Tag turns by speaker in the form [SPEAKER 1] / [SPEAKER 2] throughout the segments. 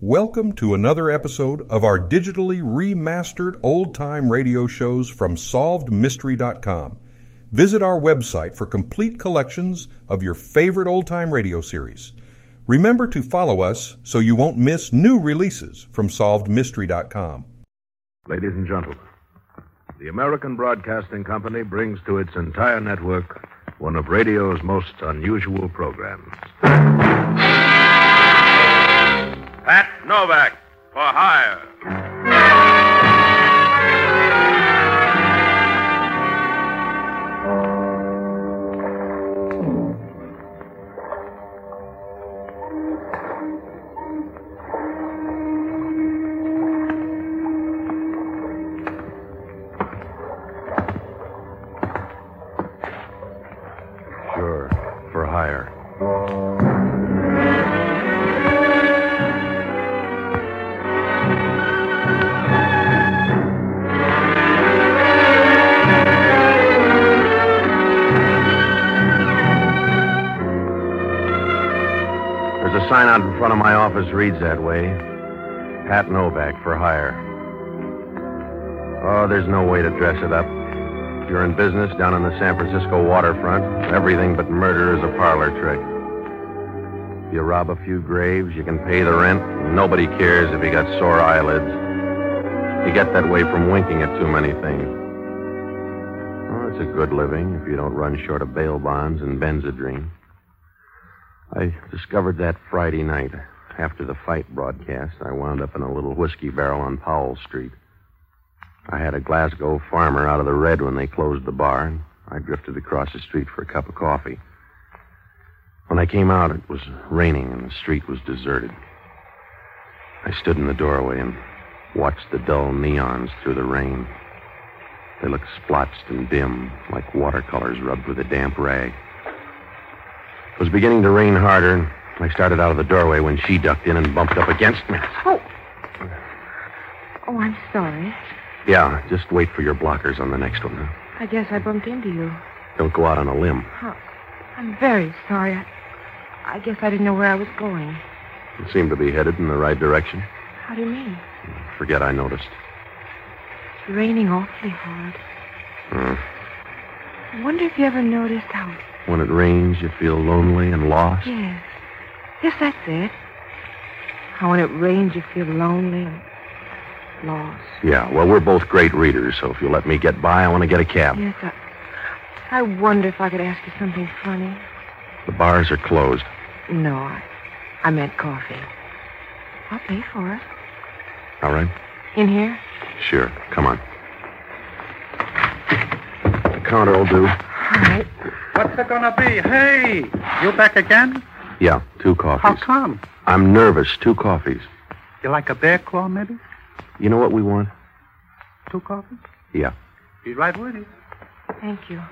[SPEAKER 1] Welcome to another episode of our digitally remastered old time radio shows from SolvedMystery.com. Visit our website for complete collections of your favorite old time radio series. Remember to follow us so you won't miss new releases from SolvedMystery.com.
[SPEAKER 2] Ladies and gentlemen, the American Broadcasting Company brings to its entire network one of radio's most unusual programs.
[SPEAKER 3] Pat Novak for hire.
[SPEAKER 2] Sure, for hire. There's a sign out in front of my office reads that way. Pat Novak for hire. Oh, there's no way to dress it up. If you're in business down on the San Francisco waterfront, everything but murder is a parlor trick. You rob a few graves, you can pay the rent, and nobody cares if you got sore eyelids. You get that way from winking at too many things. Well, it's a good living if you don't run short of bail bonds and benzodrine. I discovered that Friday night. After the fight broadcast, I wound up in a little whiskey barrel on Powell Street. I had a Glasgow farmer out of the red when they closed the bar, and I drifted across the street for a cup of coffee. When I came out, it was raining and the street was deserted. I stood in the doorway and watched the dull neons through the rain. They looked splotched and dim, like watercolors rubbed with a damp rag. It was beginning to rain harder. I started out of the doorway when she ducked in and bumped up against me.
[SPEAKER 4] Oh. Oh, I'm sorry.
[SPEAKER 2] Yeah, just wait for your blockers on the next one. Huh?
[SPEAKER 4] I guess I bumped into you.
[SPEAKER 2] Don't go out on a limb.
[SPEAKER 4] Oh, I'm very sorry. I, I guess I didn't know where I was going.
[SPEAKER 2] You seem to be headed in the right direction.
[SPEAKER 4] How do you mean?
[SPEAKER 2] Forget I noticed.
[SPEAKER 4] It's raining awfully hard.
[SPEAKER 2] Hmm.
[SPEAKER 4] I wonder if you ever noticed how.
[SPEAKER 2] When it rains, you feel lonely and lost.
[SPEAKER 4] Yes. Yes, that's it. How when it rains, you feel lonely and lost.
[SPEAKER 2] Yeah, well, we're both great readers, so if you let me get by, I want to get a cab.
[SPEAKER 4] Yes, I. I wonder if I could ask you something funny.
[SPEAKER 2] The bars are closed.
[SPEAKER 4] No, I, I meant coffee. I'll pay for it.
[SPEAKER 2] All right?
[SPEAKER 4] In here?
[SPEAKER 2] Sure. Come on. The counter will do.
[SPEAKER 4] All right.
[SPEAKER 5] What's it gonna be? Hey, you back again?
[SPEAKER 2] Yeah, two
[SPEAKER 5] How
[SPEAKER 2] coffees.
[SPEAKER 5] come?
[SPEAKER 2] I'm nervous. Two coffees.
[SPEAKER 5] You like a bear claw, maybe?
[SPEAKER 2] You know what we want?
[SPEAKER 5] Two coffees?
[SPEAKER 2] Yeah.
[SPEAKER 5] Be right with you.
[SPEAKER 4] Thank you.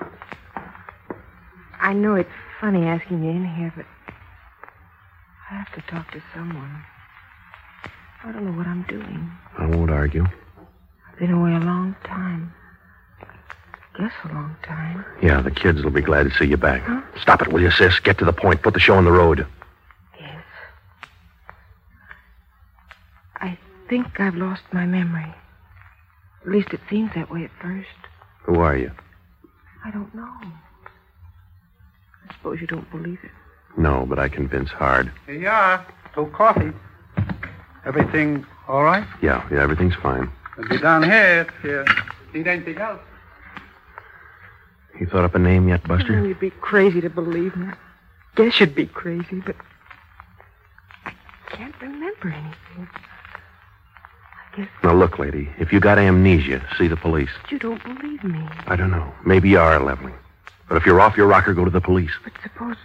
[SPEAKER 4] I know it's funny asking you in here, but I have to talk to someone. I don't know what I'm doing.
[SPEAKER 2] I won't argue.
[SPEAKER 4] I've been away a long time. Guess a long time.
[SPEAKER 2] Yeah, the kids will be glad to see you back.
[SPEAKER 4] Huh?
[SPEAKER 2] Stop it, will you, sis? Get to the point. Put the show on the road.
[SPEAKER 4] Yes. I think I've lost my memory. At least it seems that way at first.
[SPEAKER 2] Who are you?
[SPEAKER 4] I don't know. I suppose you don't believe it.
[SPEAKER 2] No, but I convince hard.
[SPEAKER 5] Here you are. Two coffees. Everything all right?
[SPEAKER 2] Yeah, yeah, everything's fine.
[SPEAKER 5] We'll be down here if you need anything else.
[SPEAKER 2] You thought up a name yet,
[SPEAKER 4] Oh,
[SPEAKER 2] Buster?
[SPEAKER 4] you'd be crazy to believe me. Guess you'd be crazy, but I can't remember anything. I guess
[SPEAKER 2] Now, look, lady, if you got amnesia, see the police.
[SPEAKER 4] you don't believe me.
[SPEAKER 2] I don't know. Maybe you are leveling. But if you're off your rocker, go to the police.
[SPEAKER 4] But suppose.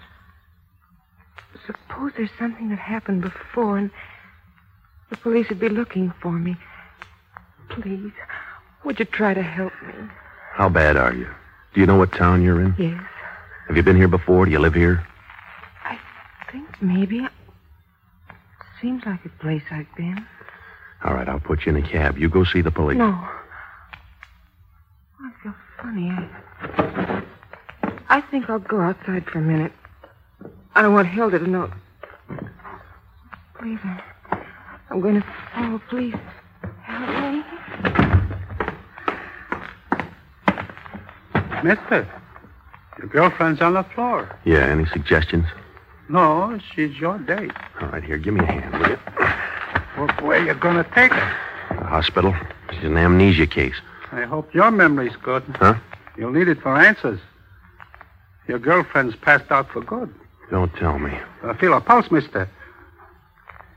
[SPEAKER 4] Suppose there's something that happened before and the police would be looking for me. Please, would you try to help me?
[SPEAKER 2] How bad are you? Do you know what town you're in?
[SPEAKER 4] Yes.
[SPEAKER 2] Have you been here before? Do you live here?
[SPEAKER 4] I think maybe. Seems like a place I've been.
[SPEAKER 2] All right, I'll put you in a cab. You go see the police.
[SPEAKER 4] No. I feel funny. I, I think I'll go outside for a minute. I don't want Hilda to know. Please, I, I'm going to fall. Please help me.
[SPEAKER 6] Mister, your girlfriend's on the floor.
[SPEAKER 2] Yeah, any suggestions?
[SPEAKER 6] No, she's your date.
[SPEAKER 2] All right, here, give me a hand, will you?
[SPEAKER 6] Well, where you going to take her?
[SPEAKER 2] The hospital. She's an amnesia case.
[SPEAKER 6] I hope your memory's good.
[SPEAKER 2] Huh?
[SPEAKER 6] You'll need it for answers. Your girlfriend's passed out for good.
[SPEAKER 2] Don't tell me.
[SPEAKER 6] Uh, feel a pulse, mister.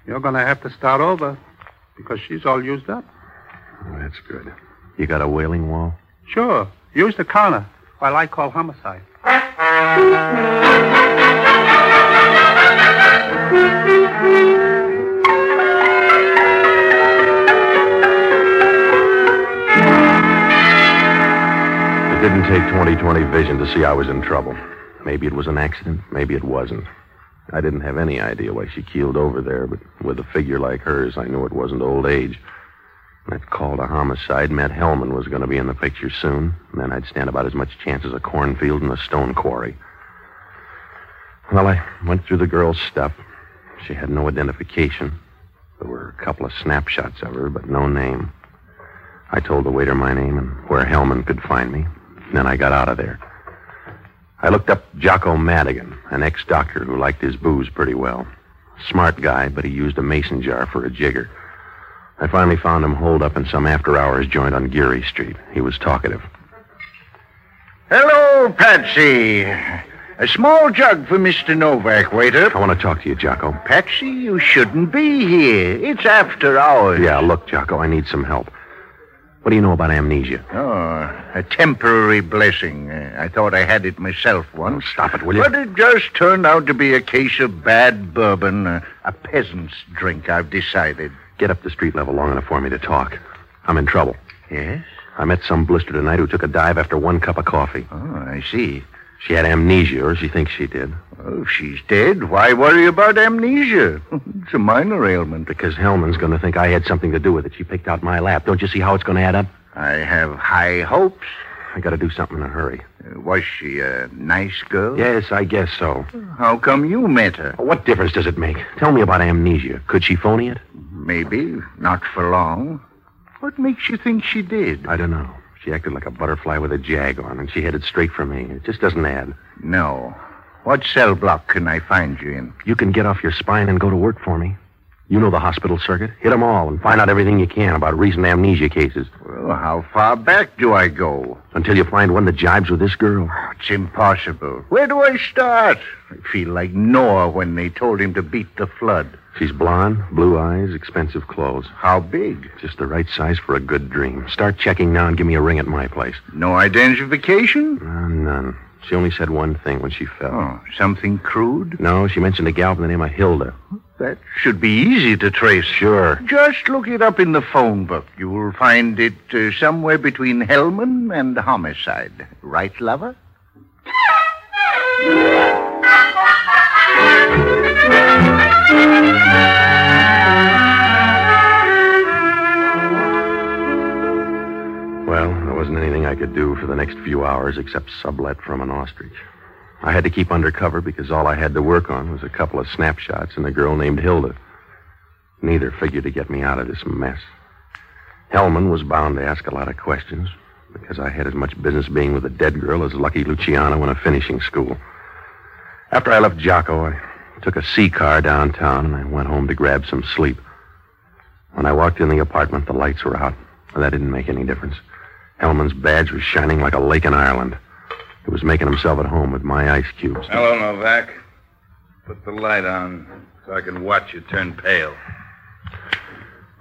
[SPEAKER 6] You're going to have to start over because she's all used up.
[SPEAKER 2] Oh, that's good. You got a wailing wall?
[SPEAKER 6] Sure. Use the counter while I call homicide.
[SPEAKER 2] It didn't take 20/20 vision to see I was in trouble. Maybe it was an accident, maybe it wasn't. I didn't have any idea why she keeled over there, but with a figure like hers, I knew it wasn't old age. I'd called a homicide. Matt Hellman was going to be in the picture soon. and Then I'd stand about as much chance as a cornfield in a stone quarry. Well, I went through the girl's stuff. She had no identification. There were a couple of snapshots of her, but no name. I told the waiter my name and where Hellman could find me. Then I got out of there. I looked up Jocko Madigan, an ex doctor who liked his booze pretty well. Smart guy, but he used a mason jar for a jigger. I finally found him holed up in some after hours joint on Geary Street. He was talkative.
[SPEAKER 5] Hello, Patsy. A small jug for Mr. Novak, waiter.
[SPEAKER 2] I want to talk to you, Jocko.
[SPEAKER 5] Patsy, you shouldn't be here. It's after hours.
[SPEAKER 2] Yeah, look, Jocko, I need some help. What do you know about amnesia?
[SPEAKER 5] Oh, a temporary blessing. Uh, I thought I had it myself once.
[SPEAKER 2] Oh, Stop it, will you?
[SPEAKER 5] But it just turned out to be a case of bad bourbon, uh, a peasant's drink, I've decided.
[SPEAKER 2] Get up to street level long enough for me to talk. I'm in trouble.
[SPEAKER 5] Yes?
[SPEAKER 2] I met some blister tonight who took a dive after one cup of coffee.
[SPEAKER 5] Oh, I see.
[SPEAKER 2] She had amnesia, or she thinks she did,
[SPEAKER 5] Oh, if she's dead, why worry about amnesia? it's a minor ailment.
[SPEAKER 2] because Hellman's going to think I had something to do with it. She picked out my lap. Don't you see how it's going to add up?
[SPEAKER 5] I have high hopes.
[SPEAKER 2] I got to do something in a hurry.
[SPEAKER 5] Uh, was she a nice girl?
[SPEAKER 2] Yes, I guess so.
[SPEAKER 5] How come you met her?
[SPEAKER 2] What difference does it make? Tell me about amnesia. Could she phony it?
[SPEAKER 5] Maybe, not for long. What makes you think she did?
[SPEAKER 2] I don't know. She acted like a butterfly with a jag on, and she headed straight for me. It just doesn't add.
[SPEAKER 5] No. What cell block can I find you in?
[SPEAKER 2] You can get off your spine and go to work for me. You know the hospital circuit. Hit 'em all and find out everything you can about recent amnesia cases
[SPEAKER 5] Well, how far back do I go?
[SPEAKER 2] until you find one that jibes with this girl.
[SPEAKER 5] It's impossible. Where do I start? I feel like Noah when they told him to beat the flood.
[SPEAKER 2] She's blonde, blue eyes, expensive clothes.
[SPEAKER 5] How big?
[SPEAKER 2] Just the right size for a good dream. Start checking now and give me a ring at my place.
[SPEAKER 5] No identification?
[SPEAKER 2] Uh, none. She only said one thing when she fell.
[SPEAKER 5] Oh, something crude?
[SPEAKER 2] No, she mentioned a gal by the name of Hilda.
[SPEAKER 5] That should be easy to trace.
[SPEAKER 2] Sure.
[SPEAKER 5] Just look it up in the phone book. You will find it uh, somewhere between Hellman and homicide. Right, lover?
[SPEAKER 2] Well, there wasn't anything I could do for the next few hours except sublet from an ostrich. I had to keep undercover because all I had to work on was a couple of snapshots and a girl named Hilda. Neither figured to get me out of this mess. Hellman was bound to ask a lot of questions because I had as much business being with a dead girl as Lucky Luciano in a finishing school. After I left Jocko, I took a C car downtown and I went home to grab some sleep. When I walked in the apartment, the lights were out. That didn't make any difference. Hellman's badge was shining like a lake in Ireland. He was making himself at home with my ice cubes.
[SPEAKER 7] Hello, Novak. Put the light on so I can watch you turn pale.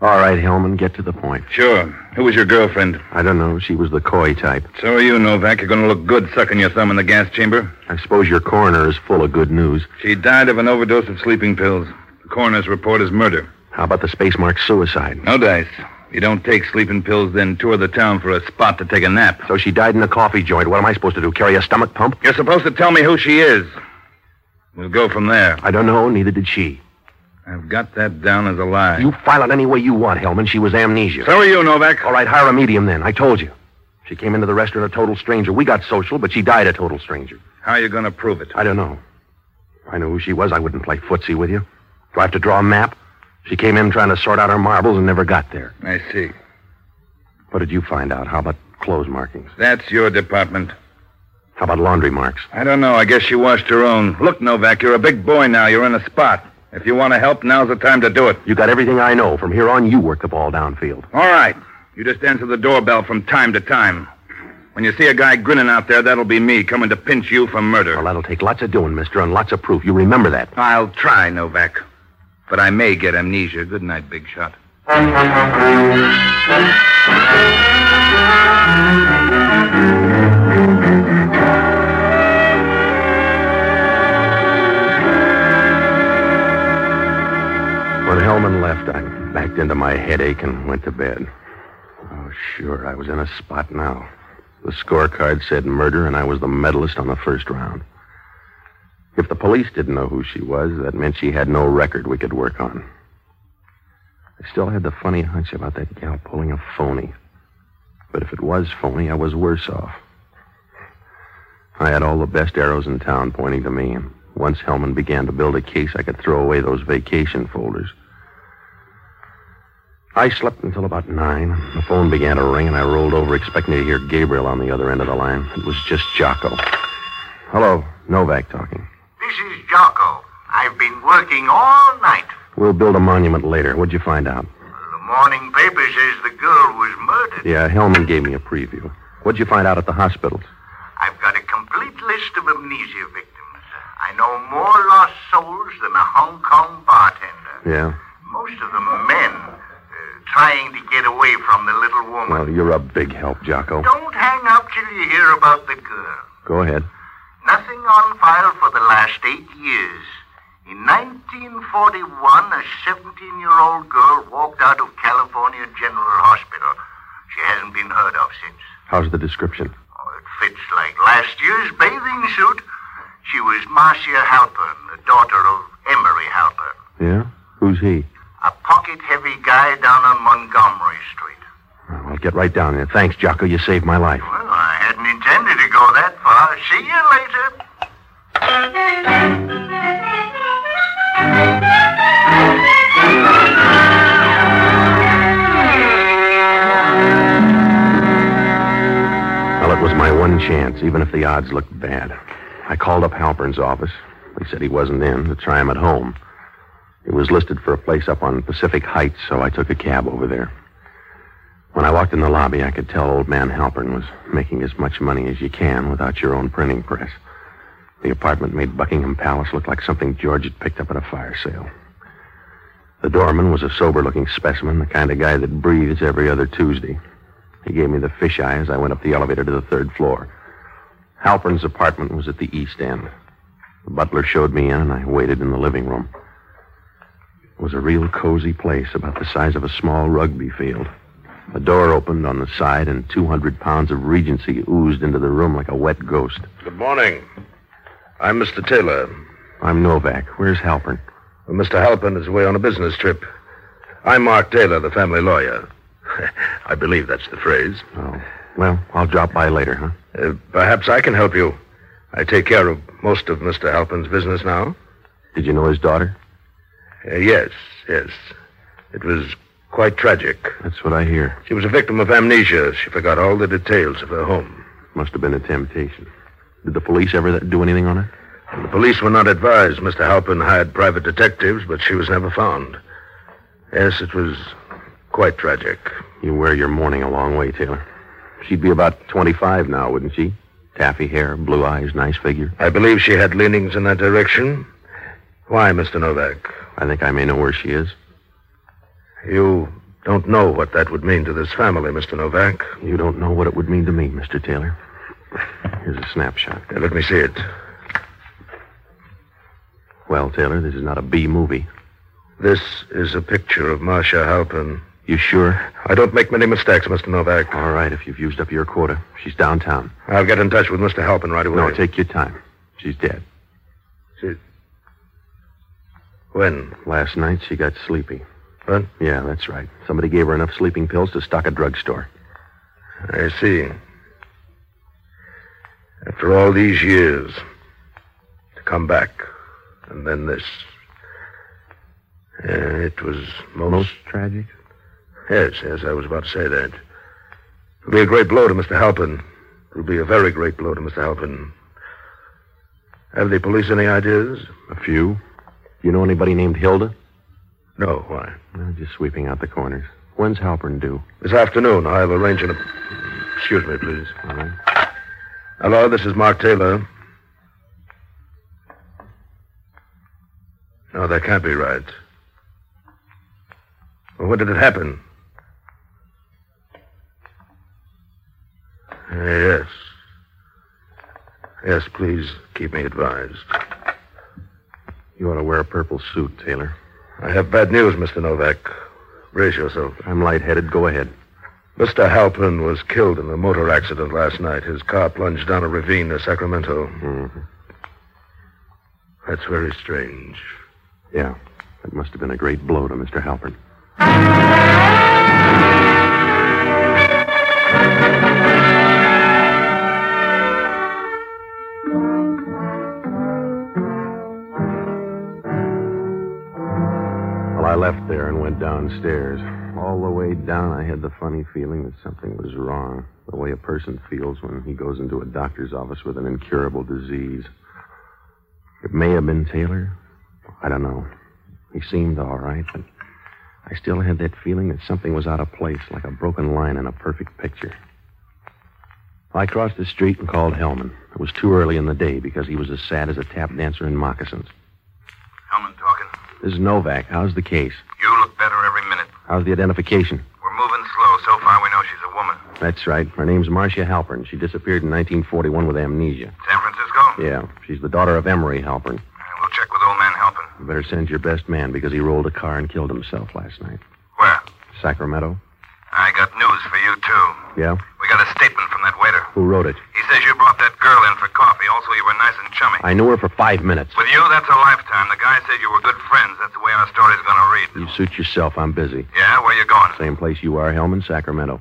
[SPEAKER 2] All right, Hellman, get to the point.
[SPEAKER 7] Sure. Who was your girlfriend?
[SPEAKER 2] I don't know. She was the coy type.
[SPEAKER 7] So are you, Novak. You're going to look good sucking your thumb in the gas chamber.
[SPEAKER 2] I suppose your coroner is full of good news.
[SPEAKER 7] She died of an overdose of sleeping pills. The coroner's report is murder.
[SPEAKER 2] How about the space mark suicide?
[SPEAKER 7] No dice. If you don't take sleeping pills, then tour the town for a spot to take a nap.
[SPEAKER 2] So she died in a coffee joint. What am I supposed to do? Carry a stomach pump?
[SPEAKER 7] You're supposed to tell me who she is. We'll go from there.
[SPEAKER 2] I don't know. Neither did she.
[SPEAKER 7] I've got that down as a lie.
[SPEAKER 2] You file it any way you want, Hellman. She was amnesia.
[SPEAKER 7] So are you, Novak.
[SPEAKER 2] All right, hire a medium then. I told you. She came into the restaurant a total stranger. We got social, but she died a total stranger.
[SPEAKER 7] How are you going to prove it?
[SPEAKER 2] I don't know. If I knew who she was, I wouldn't play footsie with you. Do I have to draw a map? She came in trying to sort out her marbles and never got there.
[SPEAKER 5] I see.
[SPEAKER 2] What did you find out? How about clothes markings?
[SPEAKER 5] That's your department.
[SPEAKER 2] How about laundry marks?
[SPEAKER 5] I don't know. I guess she washed her own. Look, Novak, you're a big boy now. You're in a spot. If you want to help, now's the time to do it.
[SPEAKER 2] You got everything I know. From here on, you work the ball downfield.
[SPEAKER 5] All right. You just answer the doorbell from time to time. When you see a guy grinning out there, that'll be me coming to pinch you for murder.
[SPEAKER 2] Well, that'll take lots of doing, mister, and lots of proof. You remember that.
[SPEAKER 5] I'll try, Novak. But I may get amnesia. Good night, Big Shot.
[SPEAKER 2] When Hellman left, I backed into my headache and went to bed. Oh, sure, I was in a spot now. The scorecard said murder, and I was the medalist on the first round. If the police didn't know who she was, that meant she had no record we could work on. I still had the funny hunch about that gal pulling a phony. But if it was phony, I was worse off. I had all the best arrows in town pointing to me, and once Hellman began to build a case, I could throw away those vacation folders. I slept until about nine. The phone began to ring, and I rolled over expecting to hear Gabriel on the other end of the line. It was just Jocko. Hello, Novak talking.
[SPEAKER 8] This is Jocko. I've been working all night.
[SPEAKER 2] We'll build a monument later. What'd you find out?
[SPEAKER 8] The morning paper says the girl was murdered.
[SPEAKER 2] Yeah, Hellman gave me a preview. What'd you find out at the hospitals?
[SPEAKER 8] I've got a complete list of amnesia victims. I know more lost souls than a Hong Kong bartender.
[SPEAKER 2] Yeah.
[SPEAKER 8] Most of them men uh, trying to get away from the little woman.
[SPEAKER 2] Well, you're a big help, Jocko.
[SPEAKER 8] Don't hang up till you hear about the girl.
[SPEAKER 2] Go ahead.
[SPEAKER 8] Nothing on file for the last eight years. In 1941, a 17 year old girl walked out of California General Hospital. She hasn't been heard of since.
[SPEAKER 2] How's the description?
[SPEAKER 8] Oh, it fits like last year's bathing suit. She was Marcia Halpern, the daughter of Emery Halpern,
[SPEAKER 2] Yeah? Who's he?
[SPEAKER 8] a pocket heavy guy down on Montgomery Street.
[SPEAKER 2] Well, I'll get right down there. Thanks, Jocko. You saved my life.
[SPEAKER 8] Well, I hadn't intended to go that far. See you later.
[SPEAKER 2] Well, it was my one chance, even if the odds looked bad. I called up Halpern's office. They said he wasn't in to try him at home. He was listed for a place up on Pacific Heights, so I took a cab over there. When I walked in the lobby, I could tell old man Halpern was making as much money as you can without your own printing press. The apartment made Buckingham Palace look like something George had picked up at a fire sale. The doorman was a sober looking specimen, the kind of guy that breathes every other Tuesday. He gave me the fish eye as I went up the elevator to the third floor. Halpern's apartment was at the east end. The butler showed me in, and I waited in the living room. It was a real cozy place, about the size of a small rugby field. A door opened on the side, and 200 pounds of Regency oozed into the room like a wet ghost.
[SPEAKER 9] Good morning. I'm Mr. Taylor.
[SPEAKER 2] I'm Novak. Where's Halpern?
[SPEAKER 9] Mr. Halpin is away on a business trip. I'm Mark Taylor, the family lawyer. I believe that's the phrase.
[SPEAKER 2] Oh, well, I'll drop by later, huh?
[SPEAKER 9] Uh, perhaps I can help you. I take care of most of Mr. Halpin's business now.
[SPEAKER 2] Did you know his daughter?
[SPEAKER 9] Uh, yes, yes. It was quite tragic.
[SPEAKER 2] That's what I hear.
[SPEAKER 9] She was a victim of amnesia. She forgot all the details of her home.
[SPEAKER 2] Must have been a temptation. Did the police ever do anything on her?
[SPEAKER 9] The police were not advised. Mr. Halpin hired private detectives, but she was never found. Yes, it was quite tragic.
[SPEAKER 2] You wear your mourning a long way, Taylor. She'd be about 25 now, wouldn't she? Taffy hair, blue eyes, nice figure.
[SPEAKER 9] I believe she had leanings in that direction. Why, Mr. Novak?
[SPEAKER 2] I think I may know where she is.
[SPEAKER 9] You don't know what that would mean to this family, Mr. Novak.
[SPEAKER 2] You don't know what it would mean to me, Mr. Taylor. Here's a snapshot.
[SPEAKER 9] Uh, Let me see it.
[SPEAKER 2] Well, Taylor, this is not a B movie.
[SPEAKER 9] This is a picture of Marcia Halpin.
[SPEAKER 2] You sure?
[SPEAKER 9] I don't make many mistakes, Mr. Novak.
[SPEAKER 2] All right, if you've used up your quota. She's downtown.
[SPEAKER 9] I'll get in touch with Mr. Halpin right away.
[SPEAKER 2] No, take your time. She's dead.
[SPEAKER 9] When?
[SPEAKER 2] Last night she got sleepy.
[SPEAKER 9] What?
[SPEAKER 2] Yeah, that's right. Somebody gave her enough sleeping pills to stock a drugstore.
[SPEAKER 9] I see. After all these years, to come back, and then this. Uh, it was most...
[SPEAKER 2] Most tragic?
[SPEAKER 9] Yes, yes, I was about to say that. It'll be a great blow to Mr. Halpin. It'll be a very great blow to Mr. Halpin. Have the police any ideas?
[SPEAKER 2] A few. You know anybody named Hilda?
[SPEAKER 9] No, why?
[SPEAKER 2] No, just sweeping out the corners. When's Halpern due?
[SPEAKER 9] This afternoon, I'll arrange an... Excuse me, please.
[SPEAKER 2] All right.
[SPEAKER 9] Hello, this is Mark Taylor. No, that can't be right. Well, when did it happen? Uh, Yes. Yes, please keep me advised.
[SPEAKER 2] You ought to wear a purple suit, Taylor.
[SPEAKER 9] I have bad news, Mr. Novak. Brace yourself.
[SPEAKER 2] I'm lightheaded. Go ahead.
[SPEAKER 9] Mr. Halpin was killed in a motor accident last night. His car plunged down a ravine near Sacramento. That's very strange.
[SPEAKER 2] Yeah. That must have been a great blow to Mr. Halpern. Well, I left there and went downstairs. All the way down, I had the funny feeling that something was wrong. The way a person feels when he goes into a doctor's office with an incurable disease. It may have been Taylor. I don't know. He seemed all right, but I still had that feeling that something was out of place, like a broken line in a perfect picture. I crossed the street and called Hellman. It was too early in the day because he was as sad as a tap dancer in moccasins.
[SPEAKER 8] Hellman talking.
[SPEAKER 2] This is Novak. How's the case?
[SPEAKER 8] You look better every minute.
[SPEAKER 2] How's the identification?
[SPEAKER 8] We're moving slow. So far, we know she's a woman.
[SPEAKER 2] That's right. Her name's Marcia Halpern. She disappeared in 1941 with amnesia.
[SPEAKER 8] San Francisco?
[SPEAKER 2] Yeah, she's the daughter of Emery Halpern.
[SPEAKER 8] We'll check with old man Halpin.
[SPEAKER 2] You better send your best man because he rolled a car and killed himself last night.
[SPEAKER 8] Where?
[SPEAKER 2] Sacramento?
[SPEAKER 8] I got news for you, too.
[SPEAKER 2] Yeah?
[SPEAKER 8] We got a statement from that waiter.
[SPEAKER 2] Who wrote it?
[SPEAKER 8] He says you brought that girl in for coffee. Also, you were nice and chummy.
[SPEAKER 2] I knew her for five minutes.
[SPEAKER 8] With you, that's a lifetime. The guy said you were good friends. That's the way our story's going to read.
[SPEAKER 2] You suit yourself. I'm busy.
[SPEAKER 8] Yeah? Where you going?
[SPEAKER 2] Same place you are, Hellman, Sacramento.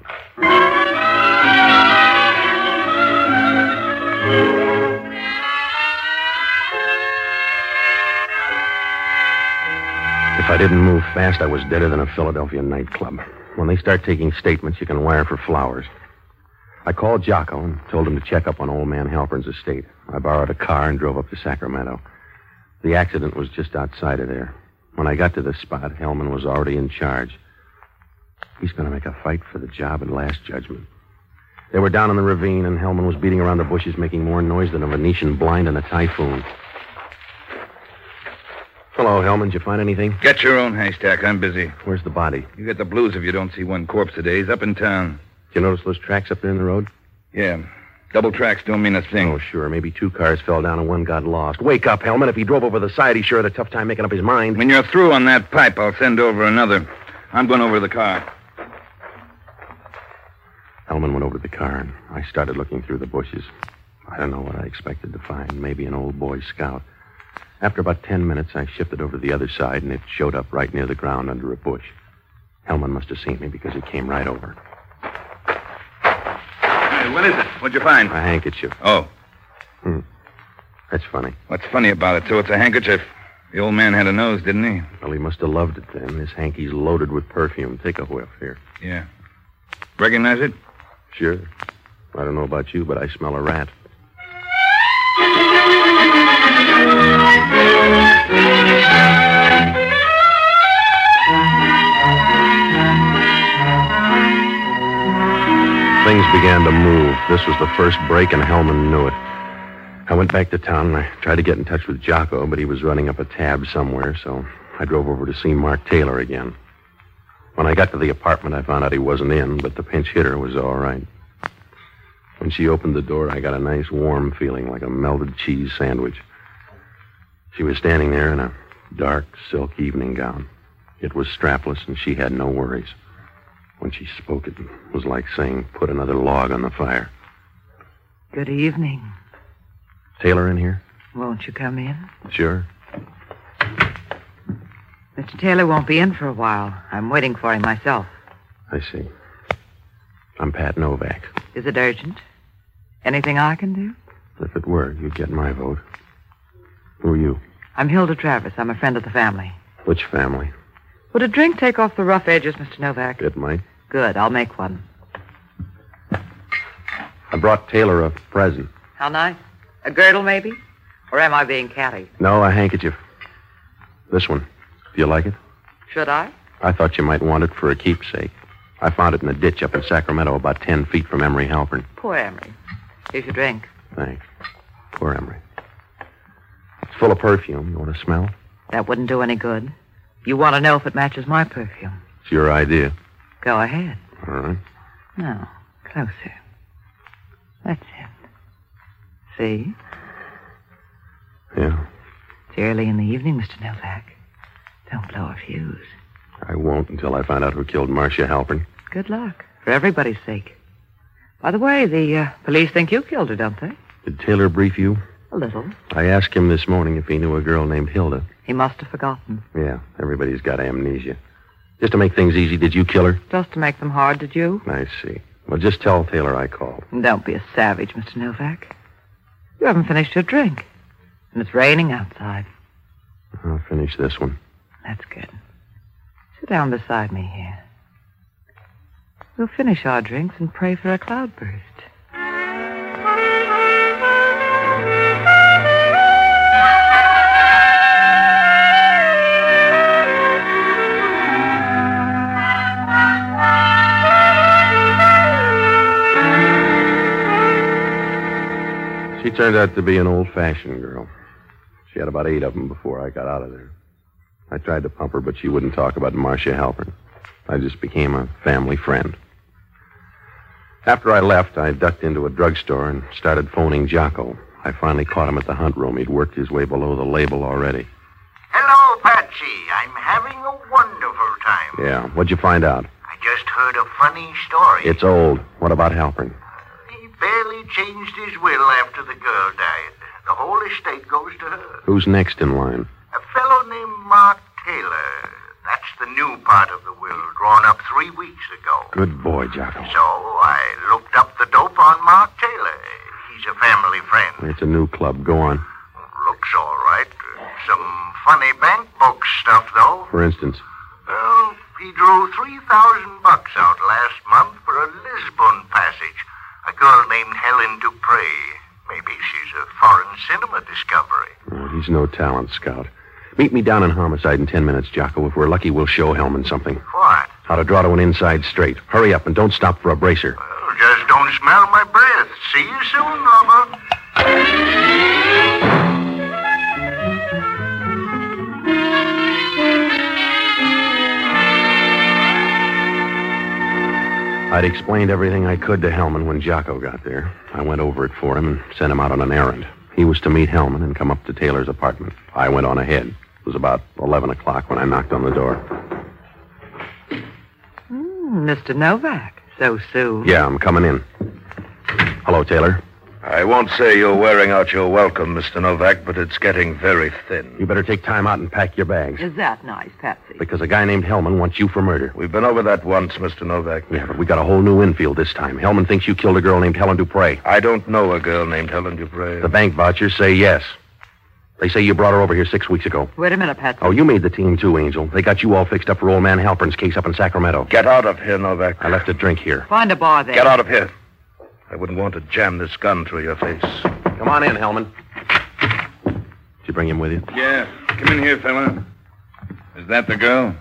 [SPEAKER 2] If I didn't move fast, I was deader than a Philadelphia nightclub. When they start taking statements, you can wire for flowers. I called Jocko and told him to check up on old man Halpern's estate. I borrowed a car and drove up to Sacramento. The accident was just outside of there. When I got to the spot, Hellman was already in charge. He's going to make a fight for the job at last judgment. They were down in the ravine, and Hellman was beating around the bushes, making more noise than a Venetian blind in a typhoon. Hello, Hellman. Did you find anything?
[SPEAKER 5] Get your own haystack. I'm busy.
[SPEAKER 2] Where's the body?
[SPEAKER 5] You get the blues if you don't see one corpse today. He's up in town.
[SPEAKER 2] Did you notice those tracks up there in the road?
[SPEAKER 5] Yeah. Double tracks don't mean a thing.
[SPEAKER 2] Oh, sure. Maybe two cars fell down and one got lost. Wake up, Hellman. If he drove over the side, he sure had a tough time making up his mind.
[SPEAKER 5] When you're through on that pipe, I'll send over another. I'm going over to the car.
[SPEAKER 2] Hellman went over to the car, and I started looking through the bushes. I don't know what I expected to find. Maybe an old boy scout. After about ten minutes, I shifted over to the other side, and it showed up right near the ground under a bush. Hellman must have seen me because he came right over.
[SPEAKER 5] Hey, what is it? What'd you find?
[SPEAKER 2] A handkerchief.
[SPEAKER 5] Oh,
[SPEAKER 2] That's funny.
[SPEAKER 5] what's funny about it? So it's a handkerchief. The old man had a nose, didn't
[SPEAKER 2] Well, he must have loved it then. This hanky's loaded with perfume. Take a whiff here.
[SPEAKER 5] he? Yeah. Recognize it?
[SPEAKER 2] Sure. I don't know about you, but I smell a rat. Things began to move. This was the first break, and Hellman knew it. I went back to town and I tried to get in touch with Jocko, but he was running up a tab somewhere, so I drove over to see Mark Taylor again. When I got to the apartment, I found out he wasn't in, but the pinch hitter was all right. When she opened the door, I got a nice warm feeling like a melted cheese sandwich. She was standing there in a dark silk evening gown. It was strapless, and she had no worries. When she spoke, it was like saying, Put another log on the fire.
[SPEAKER 4] Good evening.
[SPEAKER 2] Taylor in here?
[SPEAKER 4] Won't you come in?
[SPEAKER 2] Sure.
[SPEAKER 4] Mr. Taylor won't be in for a while. I'm waiting for him myself.
[SPEAKER 2] I see. I'm Pat Novak.
[SPEAKER 4] Is it urgent? Anything I can do?
[SPEAKER 2] If it were, you'd get my vote. Who are you?
[SPEAKER 4] I'm Hilda Travis. I'm a friend of the family.
[SPEAKER 2] Which family?
[SPEAKER 4] Would a drink take off the rough edges, Mr. Novak?
[SPEAKER 2] It might.
[SPEAKER 4] Good. I'll make one.
[SPEAKER 2] I brought Taylor a present.
[SPEAKER 4] How nice. A girdle, maybe? Or am I being catty?
[SPEAKER 2] No, a handkerchief. This one. Do you like it?
[SPEAKER 4] Should I?
[SPEAKER 2] I thought you might want it for a keepsake. I found it in a ditch up in Sacramento, about ten feet from Emery Halpern.
[SPEAKER 4] Poor Emery. Here's your drink.
[SPEAKER 2] Thanks. Poor Emery. It's full of perfume. You want to smell?
[SPEAKER 4] That wouldn't do any good. You want to know if it matches my perfume.
[SPEAKER 2] It's your idea.
[SPEAKER 4] Go ahead.
[SPEAKER 2] All right.
[SPEAKER 4] No, closer. That's it. See?
[SPEAKER 2] Yeah.
[SPEAKER 4] It's early in the evening, Mr. Novak. Don't blow a fuse.
[SPEAKER 2] I won't until I find out who killed Marcia Halpern.
[SPEAKER 4] Good luck, for everybody's sake. By the way, the uh, police think you killed her, don't they?
[SPEAKER 2] Did Taylor brief you?
[SPEAKER 4] A little.
[SPEAKER 2] I asked him this morning if he knew a girl named Hilda.
[SPEAKER 4] He must have forgotten.
[SPEAKER 2] Yeah, everybody's got amnesia. Just to make things easy, did you kill her?
[SPEAKER 4] Just to make them hard, did you?
[SPEAKER 2] I see. Well, just tell Taylor I called.
[SPEAKER 4] Don't be a savage, Mr. Novak. You haven't finished your drink, and it's raining outside.
[SPEAKER 2] I'll finish this one.
[SPEAKER 4] That's good. Sit down beside me here. We'll finish our drinks and pray for a cloudburst.
[SPEAKER 2] She turned out to be an old fashioned girl. She had about eight of them before I got out of there. I tried to pump her, but she wouldn't talk about Marcia Halpern. I just became a family friend. After I left, I ducked into a drugstore and started phoning Jocko. I finally caught him at the hunt room. He'd worked his way below the label already.
[SPEAKER 8] Hello, Oh, Patsy. I'm having a wonderful time.
[SPEAKER 2] Yeah, what'd you find out?
[SPEAKER 8] I just heard a funny story.
[SPEAKER 2] It's old. What about Halpern?
[SPEAKER 8] He barely changed his will after the girl died. The whole estate goes to her.
[SPEAKER 2] Who's next in line?
[SPEAKER 8] A fellow named Mark Taylor. That's the new part of the will drawn up three weeks ago.
[SPEAKER 2] Good boy, Jocko.
[SPEAKER 8] So I looked up the dope on Mark Taylor. He's a family friend.
[SPEAKER 2] It's a new club. Go on.
[SPEAKER 8] Looks all right. Some funny bank book stuff, though.
[SPEAKER 2] For instance,
[SPEAKER 8] Well, he drew 3,000 bucks out last month for a Lisbon passage. A girl named Helen Dupree. Maybe she's a foreign cinema discovery.
[SPEAKER 2] oh, he's no talent scout. Meet me down in homicide in ten minutes, Jocko. If we're lucky, we'll show Hellman something.
[SPEAKER 8] What?
[SPEAKER 2] How to draw to an inside straight. Hurry up and don't stop for a bracer.
[SPEAKER 8] Well, just don't smell my breath. See you soon, Robert.
[SPEAKER 2] I'd explained everything I could to Hellman when Jocko got there. I went over it for him and sent him out on an errand. He was to meet Hellman and come up to Taylor's apartment. I went on ahead. It was about 11 o'clock when I knocked on the door.
[SPEAKER 4] Hmm, Mr. Novak, so soon.
[SPEAKER 2] Yeah, I'm coming in. Hello, Taylor.
[SPEAKER 9] I won't say you're wearing out your welcome, Mr. Novak, but it's getting very thin.
[SPEAKER 2] You better take time out and pack your bags
[SPEAKER 4] Is that nice, Patsy?
[SPEAKER 2] because a guy named Hellman wants you for murder.
[SPEAKER 9] We've been over that once, Mr. Novak.
[SPEAKER 2] Yeah, but we got a whole new infield this time. Hellman thinks you killed a girl named Helen Dupre.
[SPEAKER 9] I don't know a girl named Helen Dupre.
[SPEAKER 2] The bank vouchers say yes. They say you brought her over here six weeks ago.
[SPEAKER 4] Wait a minute, Patsy.
[SPEAKER 2] Oh, you made the team too, Angel. They got you all fixed up for old man Halpern's case up in Sacramento.
[SPEAKER 9] Get out of here, Novak.
[SPEAKER 2] I left a drink here.
[SPEAKER 4] Find a bar there.
[SPEAKER 9] Get out of here. I wouldn't want to jam this gun through your face.
[SPEAKER 2] Come on in, Hellman. Did you bring him with you?
[SPEAKER 5] Yeah. Come in here, fella. Is that the girl?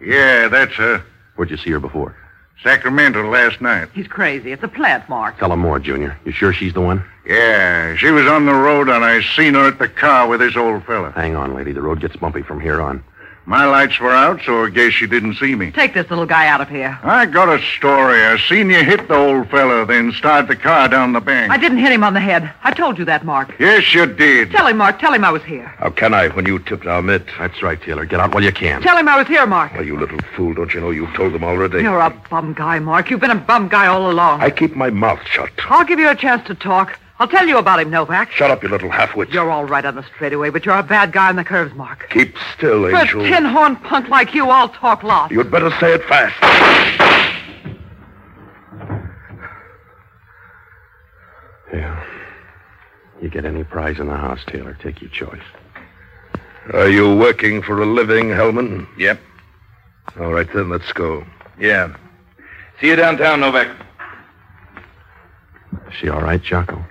[SPEAKER 10] Yeah, that's her.
[SPEAKER 2] Where'd you see her before?
[SPEAKER 10] Sacramento last night.
[SPEAKER 4] He's crazy. It's a plant, Mark.
[SPEAKER 2] Tell him more, Junior. You sure she's the one?
[SPEAKER 10] Yeah, she was on the road, and I seen her at the car with this old fella.
[SPEAKER 2] Hang on, lady. The road gets bumpy from here on.
[SPEAKER 10] My lights were out, so I guess she didn't see me.
[SPEAKER 4] Take this little guy out of here.
[SPEAKER 10] I got a story. I seen you hit the old fella, then start the car down the bank.
[SPEAKER 4] I didn't hit him on the head. I told you that, Mark.
[SPEAKER 10] Yes, you did.
[SPEAKER 4] Tell him, Mark. Tell him I was here.
[SPEAKER 9] How can I when you tipped our mitt?
[SPEAKER 2] That's right, Taylor. Get out while you can.
[SPEAKER 4] Tell him I was here, Mark.
[SPEAKER 9] Why, you little fool, don't you know you told them already?
[SPEAKER 4] You're a bum guy, Mark. You've been a bum guy all along.
[SPEAKER 9] I keep my mouth shut.
[SPEAKER 4] I'll give you a chance to talk. I'll tell you about him, Novak.
[SPEAKER 9] Shut up, you little halfwit.
[SPEAKER 4] You're all right on the straightaway, but you're a bad guy on the curves, Mark.
[SPEAKER 9] Keep still,
[SPEAKER 4] For a
[SPEAKER 9] Angel.
[SPEAKER 4] tin-horn punk like you, I'll talk lots.
[SPEAKER 9] You'd better say it fast.
[SPEAKER 2] Yeah. You get any prize in the house, Taylor. Take your choice.
[SPEAKER 9] Are you working for a living, Hellman?
[SPEAKER 5] Yep.
[SPEAKER 9] All right, then, let's go.
[SPEAKER 5] Yeah. See you downtown, Novak.
[SPEAKER 2] Is she all right, Jocko?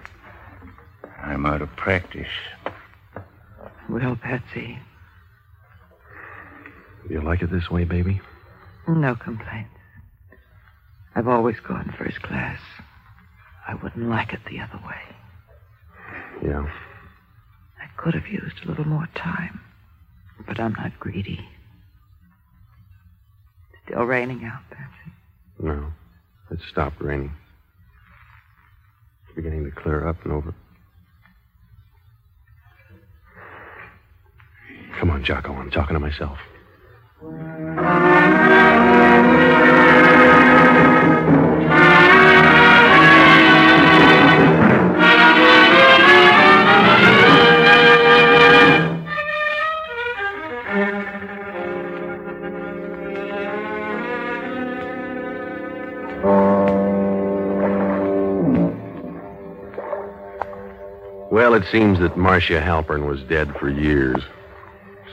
[SPEAKER 11] I'm out of practice.
[SPEAKER 4] Well, Patsy,
[SPEAKER 2] You like it this way, baby?
[SPEAKER 4] no complaints. I've always gone first class. I wouldn't like it the other way.
[SPEAKER 2] Yeah.
[SPEAKER 4] I could have used a little more time, but I'm not greedy. Still raining out, Patsy.
[SPEAKER 2] No. It stopped raining. It's beginning to clear up and over. Come on, Jocko. I'm talking to myself. Well, it seems that Marcia Halpern was dead for years.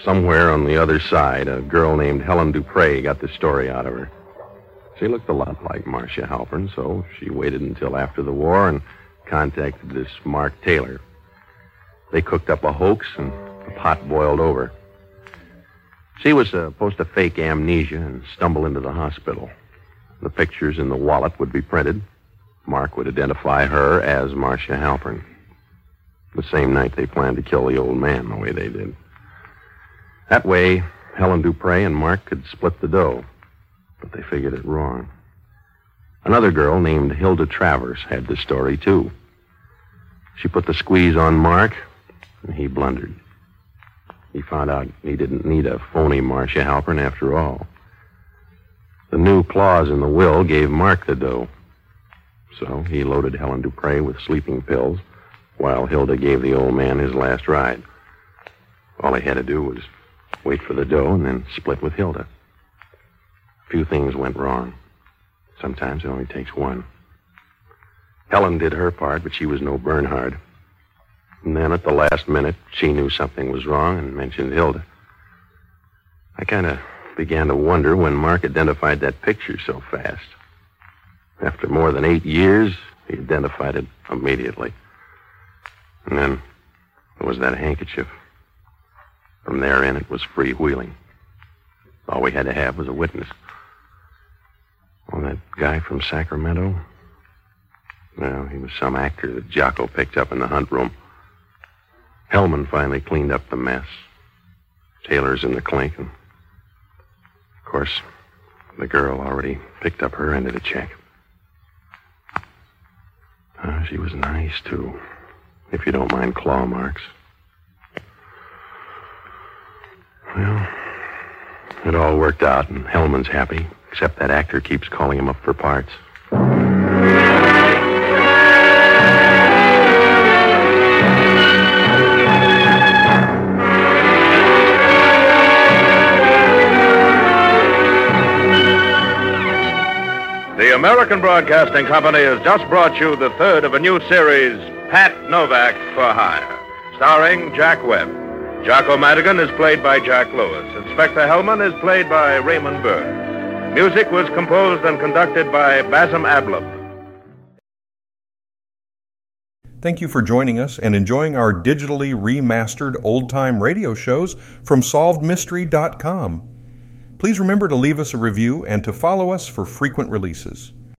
[SPEAKER 2] Somewhere on the other side, a girl named Helen Dupre got the story out of her. She looked a lot like Marcia Halpern, so she waited until after the war and contacted this Mark Taylor. They cooked up a hoax and the pot boiled over. She was supposed to fake amnesia and stumble into the hospital. The pictures in the wallet would be printed. Mark would identify her as Marcia Halpern. The same night they planned to kill the old man the way they did. That way, Helen Dupre and Mark could split the dough. But they figured it wrong. Another girl named Hilda Travers had the story, too. She put the squeeze on Mark, and he blundered. He found out he didn't need a phony Marcia Halpern after all. The new clause in the will gave Mark the dough. So he loaded Helen Dupre with sleeping pills while Hilda gave the old man his last ride. All he had to do was wait for the dough and then split with Hilda. A few things went wrong. Sometimes it only takes one. Helen did her part, but she was no Bernhard. And then at the last minute, she knew something was wrong and mentioned Hilda. I kind of began to wonder when Mark identified that picture so fast. After more than eight years, he identified it immediately. And then there was that handkerchief. From there in, it was freewheeling. All we had to have was a witness. Well, that guy from Sacramento? Well, he was some actor that Jocko picked up in the hunt room. Hellman finally cleaned up the mess. Taylor's in the clink, and of course, the girl already picked up her end of the check. Oh, she was nice, too, if you don't mind claw marks. Well, it all worked out, and Hellman's happy, except that actor keeps calling him up for parts.
[SPEAKER 12] The American Broadcasting Company has just brought you the third of a new series, Pat Novak for Hire, starring Jack Webb. Jocko Madigan is played by Jack Lewis. Inspector Hellman is played by Raymond Burr. Music was composed and conducted by Basim Ablum.
[SPEAKER 1] Thank you for joining us and enjoying our digitally remastered old time radio shows from SolvedMystery.com. Please remember to leave us a review and to follow us for frequent releases.